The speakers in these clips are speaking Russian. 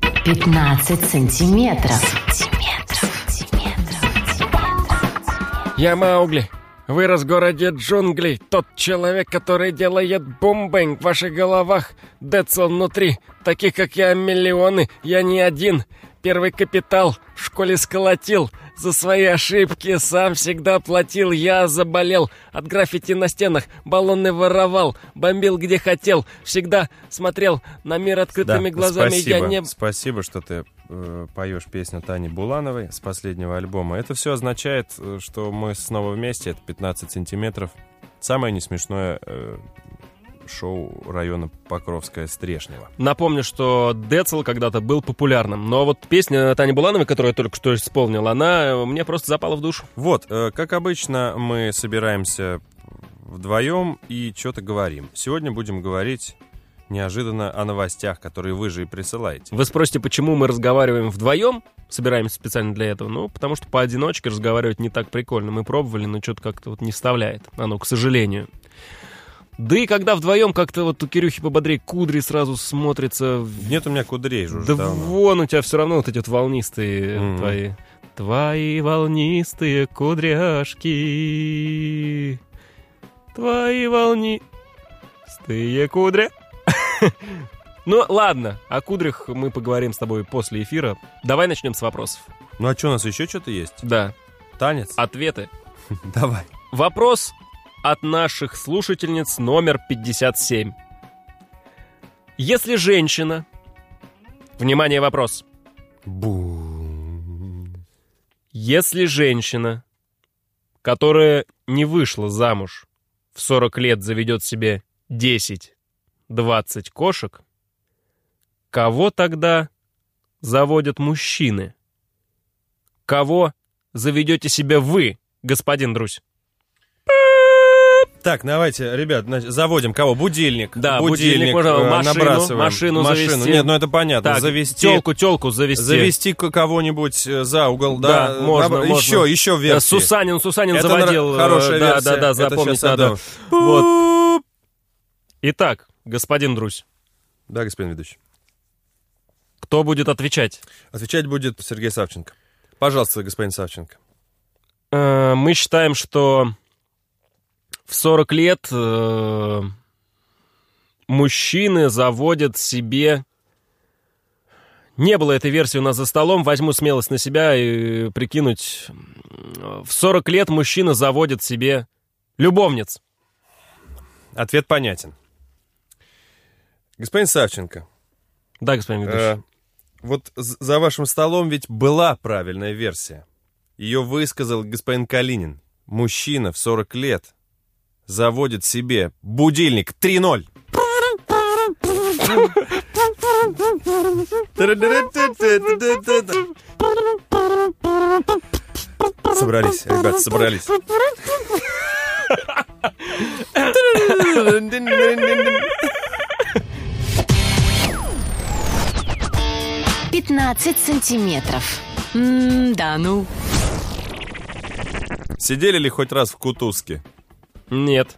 15 сантиметров. Я Маугли. Вырос в городе джунглей. Тот человек, который делает бомбэнг в ваших головах. Децл внутри. Таких, как я, миллионы. Я не один. Первый капитал в школе сколотил. За свои ошибки сам всегда платил. Я заболел. От граффити на стенах. Баллоны воровал. Бомбил где хотел. Всегда смотрел на мир открытыми глазами. спасибо. Я не... Спасибо, что ты э, поешь песню Тани Булановой с последнего альбома. Это все означает, э, что мы снова вместе. Это 15 сантиметров. Самое не смешное э, шоу района Покровская Стрешнева. Напомню, что Децл когда-то был популярным, но вот песня Тани Булановой, которую я только что исполнил, она э, мне просто запала в душу. Вот, э, как обычно, мы собираемся вдвоем и что-то говорим. Сегодня будем говорить неожиданно о новостях, которые вы же и присылаете. Вы спросите, почему мы разговариваем вдвоем, собираемся специально для этого? Ну, потому что поодиночке разговаривать не так прикольно. Мы пробовали, но что-то как-то вот не вставляет. Оно, к сожалению. Да и когда вдвоем, как-то вот у Кирюхи пободрее кудри сразу смотрится. в- Нет у меня кудрей же уже Да давно. вон у тебя все равно вот эти вот волнистые Мгм. твои. Твои волнистые кудряшки. Твои волнистые кудря. Ну ладно, о кудрях мы поговорим с тобой после эфира. Давай начнем с вопросов. Ну а что, у нас еще что-то есть? Да, Танец? ответы. Давай. Вопрос от наших слушательниц номер 57. Если женщина... Внимание, вопрос. Бум. Если женщина, которая не вышла замуж, в 40 лет заведет себе 10-20 кошек, кого тогда заводят мужчины? Кого заведете себе вы, господин Друзь? Так, давайте, ребят, значит, заводим кого? Будильник. Да, будильник, можно э, машину, набрасываем. машину завести. Нет, ну это понятно. Так, завести. Телку, телку завести. Завести к- кого-нибудь э, за угол, Да, да? можно, Набра- можно. Еще, еще Э, вверх. Сусанин, Сусанин Это заводил. нра- э, хорошая да, версия. Да, да, Это запомнить щас надо. отдам. Вот. Итак, господин Друзь. Да, господин ведущий. Кто будет отвечать? Отвечать будет Сергей Савченко. Пожалуйста, господин Савченко. Э, Мы считаем, что в 40 лет э, мужчины заводят себе... Не было этой версии у нас за столом, возьму смелость на себя и прикинуть. М, В 40 лет мужчина заводит себе любовниц. Ответ понятен. Господин Савченко, Да, господин ведущий. э, вот з- за вашим столом ведь была правильная версия. Ее высказал господин Калинин. Мужчина в 40 лет заводит себе будильник 3.0. Собрались, ребята, собрались. Ой, 15 сантиметров. М, да ну. Сидели ли хоть раз в Кутузке? Нет.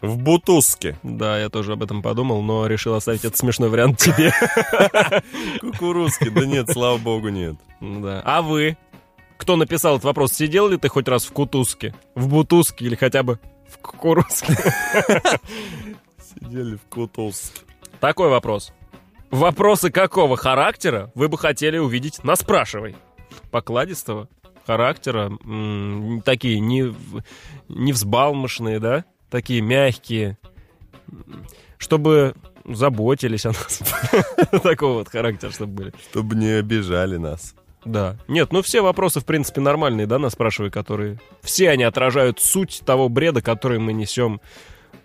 В Бутузке. Да, я тоже об этом подумал, но решил оставить этот смешной вариант тебе. Кукурузке, да нет, слава богу, нет. Да. А вы? Кто написал этот вопрос? Сидел ли ты хоть раз в Кутузке? В Бутузке или хотя бы в Кукурузке? Сидели в Кутузке. Такой вопрос. Вопросы какого характера вы бы хотели увидеть на «Спрашивай»? Покладистого характера, м, такие не, в- не взбалмошные, да? Такие мягкие, М, чтобы заботились о нас. Такого вот характера, чтобы были. Чтобы не обижали нас. Да. Нет, ну все вопросы, в принципе, нормальные, да, нас спрашивай, которые... Все они отражают суть того бреда, который мы несем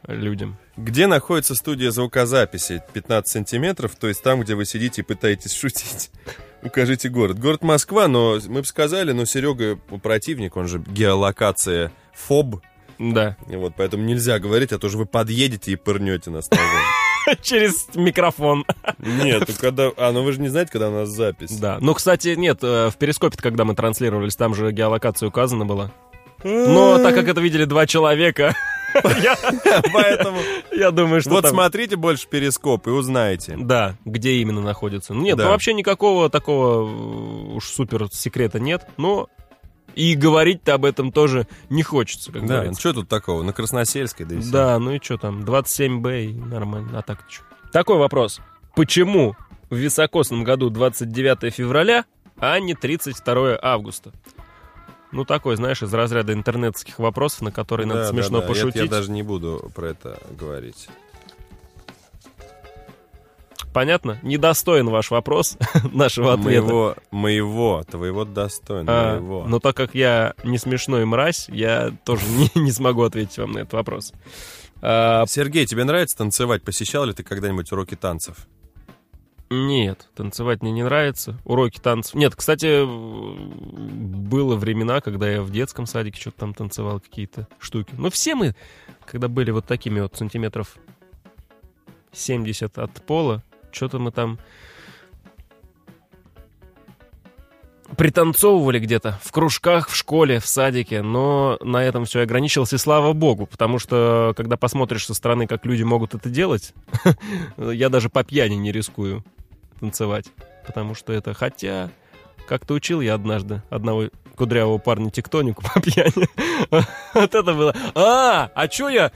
э, людям. Где находится студия звукозаписи? 15 сантиметров, то есть там, где вы сидите и пытаетесь шутить. Укажите город. Город Москва, но мы бы сказали, но Серега противник, он же геолокация ФОБ. Да. И Вот, поэтому нельзя говорить, а то же вы подъедете и пырнете нас. ножом. Через микрофон. Нет, ну когда... А, ну вы же не знаете, когда у нас запись. Да. Ну, кстати, нет, э, в перископе когда мы транслировались, там же геолокация указана была. Но так как это видели два человека, Я- Поэтому Я думаю, что вот там- смотрите больше перископ и узнаете. Да, где именно находится. Ну, Нет, Да. ну вообще никакого такого э, уж супер секрета нет, но и говорить-то об этом тоже не хочется, как Да, говорится. что тут такого? На Красносельской, да и всё. Да, ну и что там, 27Б и нормально, а так что. Такой вопрос. Почему в високосном году 29 февраля, а не 32 августа? Ну, такой, знаешь, из разряда интернетских вопросов, на которые надо Да, смешно да, да. Я- пошутить. Я, даже не буду про это говорить. Понятно? Недостоин ваш вопрос нашего ответа. Моего, моего, твоего достойного. А, моего. но так как я не смешной мразь, я тоже не, не смогу ответить вам на этот вопрос. А, Сергей, тебе нравится танцевать? Посещал ли ты когда-нибудь уроки танцев? нет, танцевать мне не нравится. Уроки танцев. Нет, кстати, э, было времена, когда я в детском садике что-то там танцевал, какие-то штуки. Но все мы, когда были вот такими вот сантиметров 70 от пола, что-то мы там пританцовывали где-то в кружках, в школе, в садике, но на этом все ограничилось, и слава богу, потому что, когда посмотришь со стороны, как люди могут это делать, я даже по пьяни не рискую танцевать, потому что это, хотя, как-то учил я однажды одного кудрявого парня тектонику по пьяни. Вот это было. А, а чё я...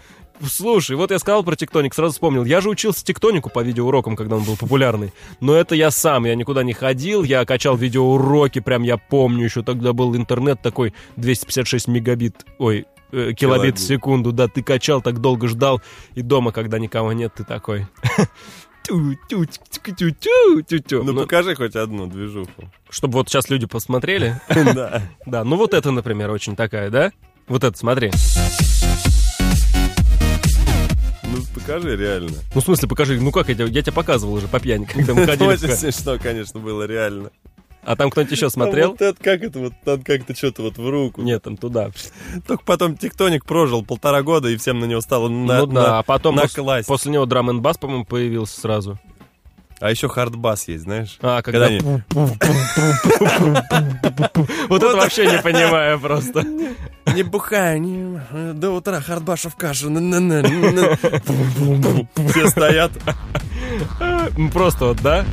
Слушай, вот я сказал про тектоник, сразу вспомнил. Я же учился тектонику по видеоурокам, когда он был популярный. Но это я сам, я никуда не ходил, я качал видеоуроки, прям я помню, еще тогда был интернет такой 256 мегабит, ой, э, килобит Килобит. в секунду, да, ты качал, так долго ждал, и дома, когда никого нет, ты такой... Тю, тю, тю, тю, тю, тю, тю. Ну, Ну, покажи хоть одну движуху. Чтобы вот сейчас люди посмотрели, Да. да, ну вот это, например, очень такая, да? Вот это, смотри. Ну, покажи реально. Ну, в смысле, покажи, ну как я тебе, я тебе показывал уже по пьяни, когда мы ходили. в Очень кафе. смешно, конечно, было реально. А там кто-нибудь еще А смотрел? вот это как это вот, там как-то что-то вот в руку. Нет, там туда. Только потом Тектоник прожил полтора года, и всем на него стало на, ну да, на- а потом пос- накласть. после него драм н бас, по-моему, появился сразу. А еще хардбас есть, знаешь? А, когда... они- Вот это вообще не понимаю просто. Не бухай, не... э, до утра хардбаша в кашу. на- на- на- на. Все стоят. Ну, Просто вот, да?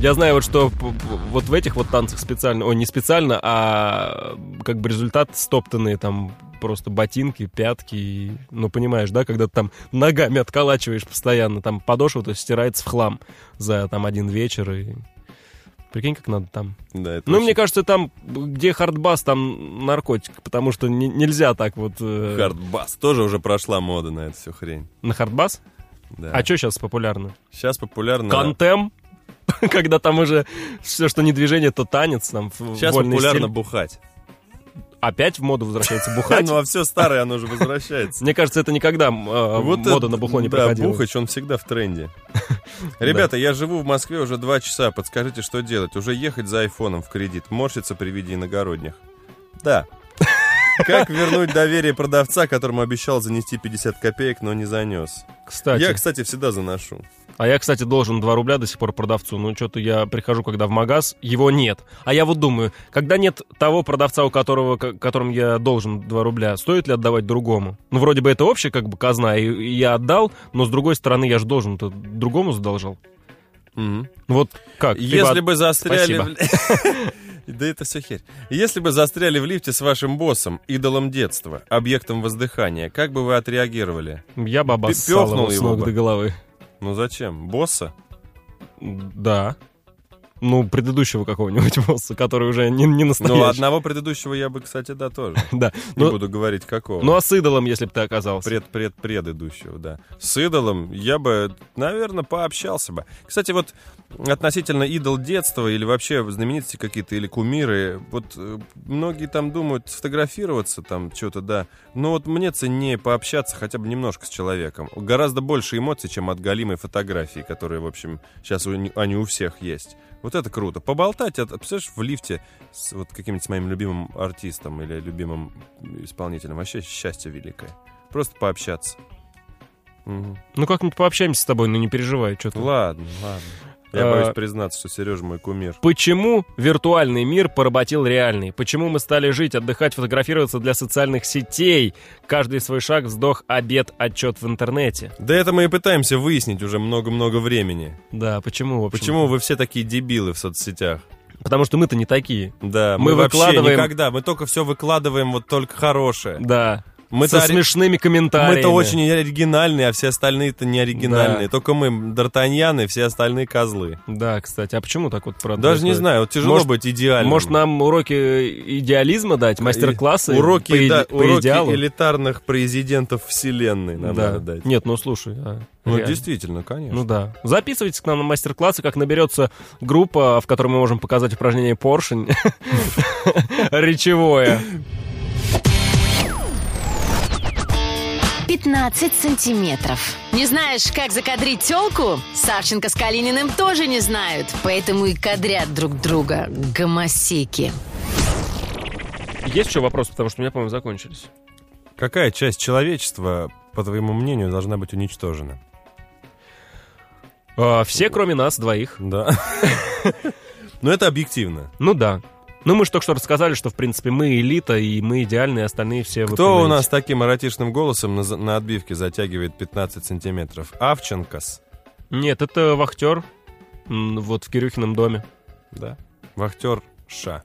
Я знаю вот, что п- п- вот в этих вот танцах специально, ой, не специально, а как бы результат стоптанные там просто ботинки, пятки, и, ну, понимаешь, да, когда ты там ногами отколачиваешь постоянно, там подошва, то есть стирается в хлам за там один вечер, и прикинь, как надо там. Да, это Ну, очень мне кажется, там, где хардбас, там наркотик, потому что не- нельзя так вот... э, Хардбас. Тоже уже прошла мода на эту всю хрень. На хардбас? Да. Ну А что сейчас популярно? Сейчас популярно... контем, когда там уже все, что не движение, то танец, там в- Сейчас вольный популярно стиль. бухать. Опять в моду возвращается бухать. Ну, а все старое, оно же возвращается. Мне кажется, это никогда м, э, мода это- на бухло не да, проходила. Бухач, он всегда в тренде. Ребята, я живу в Москве уже два часа. Подскажите, что делать? Уже ехать за айфоном в кредит? Морщиться при виде иногородних? Да. Как вернуть доверие продавца, которому обещал занести 50 копеек, но не занес? Кстати, Я, кстати, всегда заношу. а я, кстати, должен 2 рубля до сих пор продавцу. Ну, что-то я прихожу, когда в магаз, его нет. А я вот думаю, когда нет того продавца, у которого, к- которому я должен 2 рубля, стоит ли отдавать другому? Ну, вроде бы это общая как бы казна, и, и я отдал, но с другой стороны, я же должен другому задолжал. Ну, вот как? Ты бы Если от- бы застряли... Спасибо. в ли- Да это все херь. Если бы застряли в лифте с вашим боссом, идолом детства, объектом воздыхания, как бы вы отреагировали? Я бы обоссал пёхнул его с его ног бы. до головы. Ну зачем? Босса? Да. Ну, предыдущего какого-нибудь босса, который уже не, не настоящий. Ну, одного предыдущего я бы, кстати, да, тоже. Да. Не Ну, буду говорить, какого. ну, а с идолом, если бы ты оказался. Пред-пред-предыдущего, да. С идолом я бы, наверное, пообщался бы. Кстати, вот относительно идол детства или вообще знаменитости какие-то, или кумиры, вот э, многие там думают сфотографироваться, там что-то, да. Но вот мне ценнее пообщаться хотя бы немножко с человеком. Гораздо больше эмоций, чем от галимой фотографии, которые, в общем, сейчас у, не- они у всех есть. Вот это круто. Поболтать, это, представляешь, в лифте с вот каким-нибудь моим любимым артистом или любимым исполнителем. Вообще счастье великое. Просто пообщаться. Мгм. Ну, как-нибудь пообщаемся с тобой, но не ну, переживай, что ты. Ладно, ладно. Я э, боюсь признаться, что Сережа мой кумир. Почему виртуальный мир поработил реальный? Почему мы стали жить, отдыхать, фотографироваться для социальных сетей? Каждый свой шаг, вздох, обед, отчет в интернете. Да это мы и пытаемся выяснить уже много-много времени. Да, почему вообще? Почему вы все такие дебилы в соцсетях? Потому что мы-то не такие. Да, Мы мы, выкладываем- вообще никогда, мы только все выкладываем вот только хорошее. Да. Мы Мы Со то ори- смешными комментариями. Мы-то очень оригинальные, а все остальные-то не оригинальные. Да. Только мы д'Артаньяны, все остальные козлы. Да, кстати. А почему так вот правда? Даже не происходит? знаю, вот тяжело Может- быть идеальным. Может, нам уроки э, идеализма дать, мастер-классы? И- Уроки, по, иде- да, по уроки идеалу? элитарных президентов вселенной нам Да. надо дать. Нет, ну слушай. а, Ну, реально. действительно, конечно. Ну да. Записывайтесь к нам на мастер-классы, как наберется группа, в которой мы можем показать упражнение поршень. Речевое. 15 сантиметров. Не знаешь, как закадрить телку? Савченко с Калининым тоже не знают, поэтому и кадрят друг друга гомосеки. Есть еще вопрос, потому что у меня, по-моему, закончились. Какая часть человечества, по твоему мнению, должна быть уничтожена? А, Все, кроме нас двоих. Да. Но это объективно. Ну да. Ну мы же только что рассказали, что, в принципе, мы элита, и мы идеальные, остальные все... вы Кто у понимаете. нас таким эротичным голосом на, за- на отбивке затягивает 15 сантиметров? Авченкос. Нет, это вахтер. м, Вот в Кирюхином доме. Да. Вахтер Ша.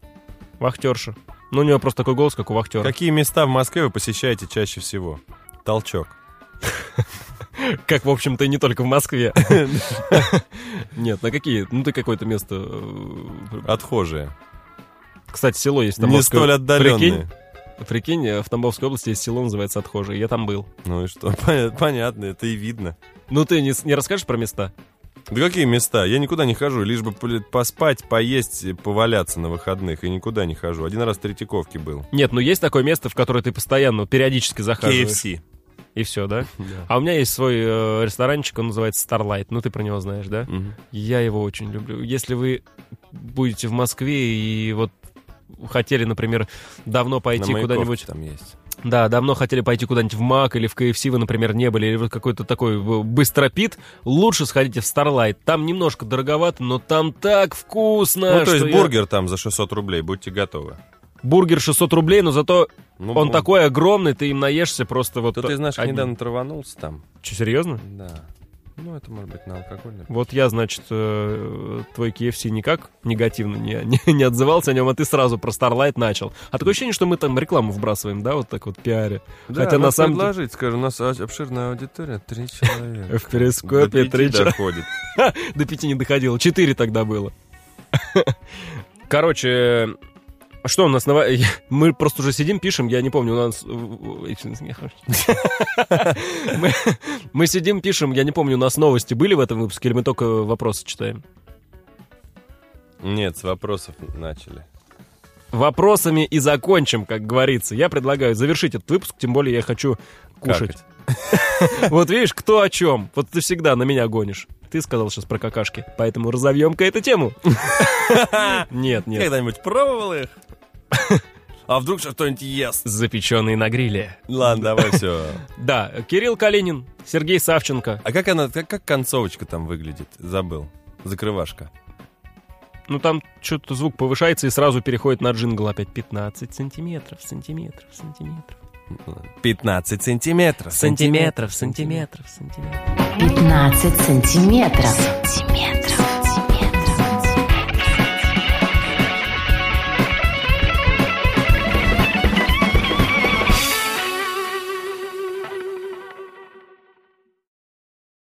Вахтерша. Ну, у него просто такой голос, как у вахтера. Какие места в Москве вы посещаете чаще всего? Толчок. Как, в общем-то, и не только в Москве. Нет, на какие? Ну, ты какое-то место... э, Отхожие. Кстати, село есть в Не Тамбовской- столь отдаленные. Прикинь, прикинь, э, в Тамбовской области есть село, называется Отхожие. Я там был. Ну и что? Поня- Понятно, это и видно. Ну, ты не, с- не расскажешь про места? Да какие места? Я никуда не хожу, лишь бы пл- поспать, поесть, и поваляться на выходных. И никуда не хожу. Один раз в Третьяковке был. Нет, ну есть такое место, в которое ты постоянно, периодически захаживаешь. И все, да? А у меня есть свой э, ресторанчик, он называется Starlight. Ну, ты про него знаешь, да? Мгм. Я его очень люблю. Если вы будете в Москве и вот хотели, например, давно На пойти Маяковке куда-нибудь... там есть. Да, давно хотели пойти куда-нибудь в МАК или в КФС, вы, например, не были, или вот какой-то такой э, быстропит, лучше сходите в Starlight. Там немножко дороговато, но там так вкусно. ну, то есть А что я- бургер там за 600 рублей, будьте готовы. Бургер 600 рублей, но зато Ну, он такой огромный, ты им наешься просто вот... Да ты знаешь, одним. недавно траванулся там. Чё, серьезно? Да. Ну, это может быть на алкогольный. Вот я, значит, э, твой KFC никак негативно не, не, не отзывался о нем, а ты сразу про Starlight начал. А такое ощущение, что мы там рекламу вбрасываем, да, вот так вот в пиаре. Хотя на самом деле а предложить, скажу, у нас о- обширная аудитория, три человека. в перископе До три пяти ча- доходит. До пяти не доходило. Четыре тогда было. Короче, э, что у нас? на ва- Мы просто уже сидим, пишем, я не помню, у нас... э, Мы- Мы сидим, пишем, я не помню, у нас новости были в этом выпуске, или мы только вопросы читаем? Нет, с вопросов начали. Вопросами и закончим, как говорится. Я предлагаю завершить этот выпуск, тем более я хочу кушать. Вот видишь, кто о чем. Вот ты всегда на меня гонишь. Ты сказал сейчас про какашки, поэтому разовьем-ка эту тему. Нет, нет. Когда-нибудь пробовал их? А вдруг сейчас кто-нибудь ест? Запеченные на гриле. Ладно, давай все. Да, Кирилл Калинин, Сергей Савченко. А как она, как, как концовочка там выглядит? Забыл. Закрывашка. Ну там что-то звук повышается и сразу переходит на джингл опять. 15 сантиметров, сантиметров, сантиметров. 15 сантиметров. Сантиметров, сантиметров, сантиметров. 15 сантиметров. Сантиметров.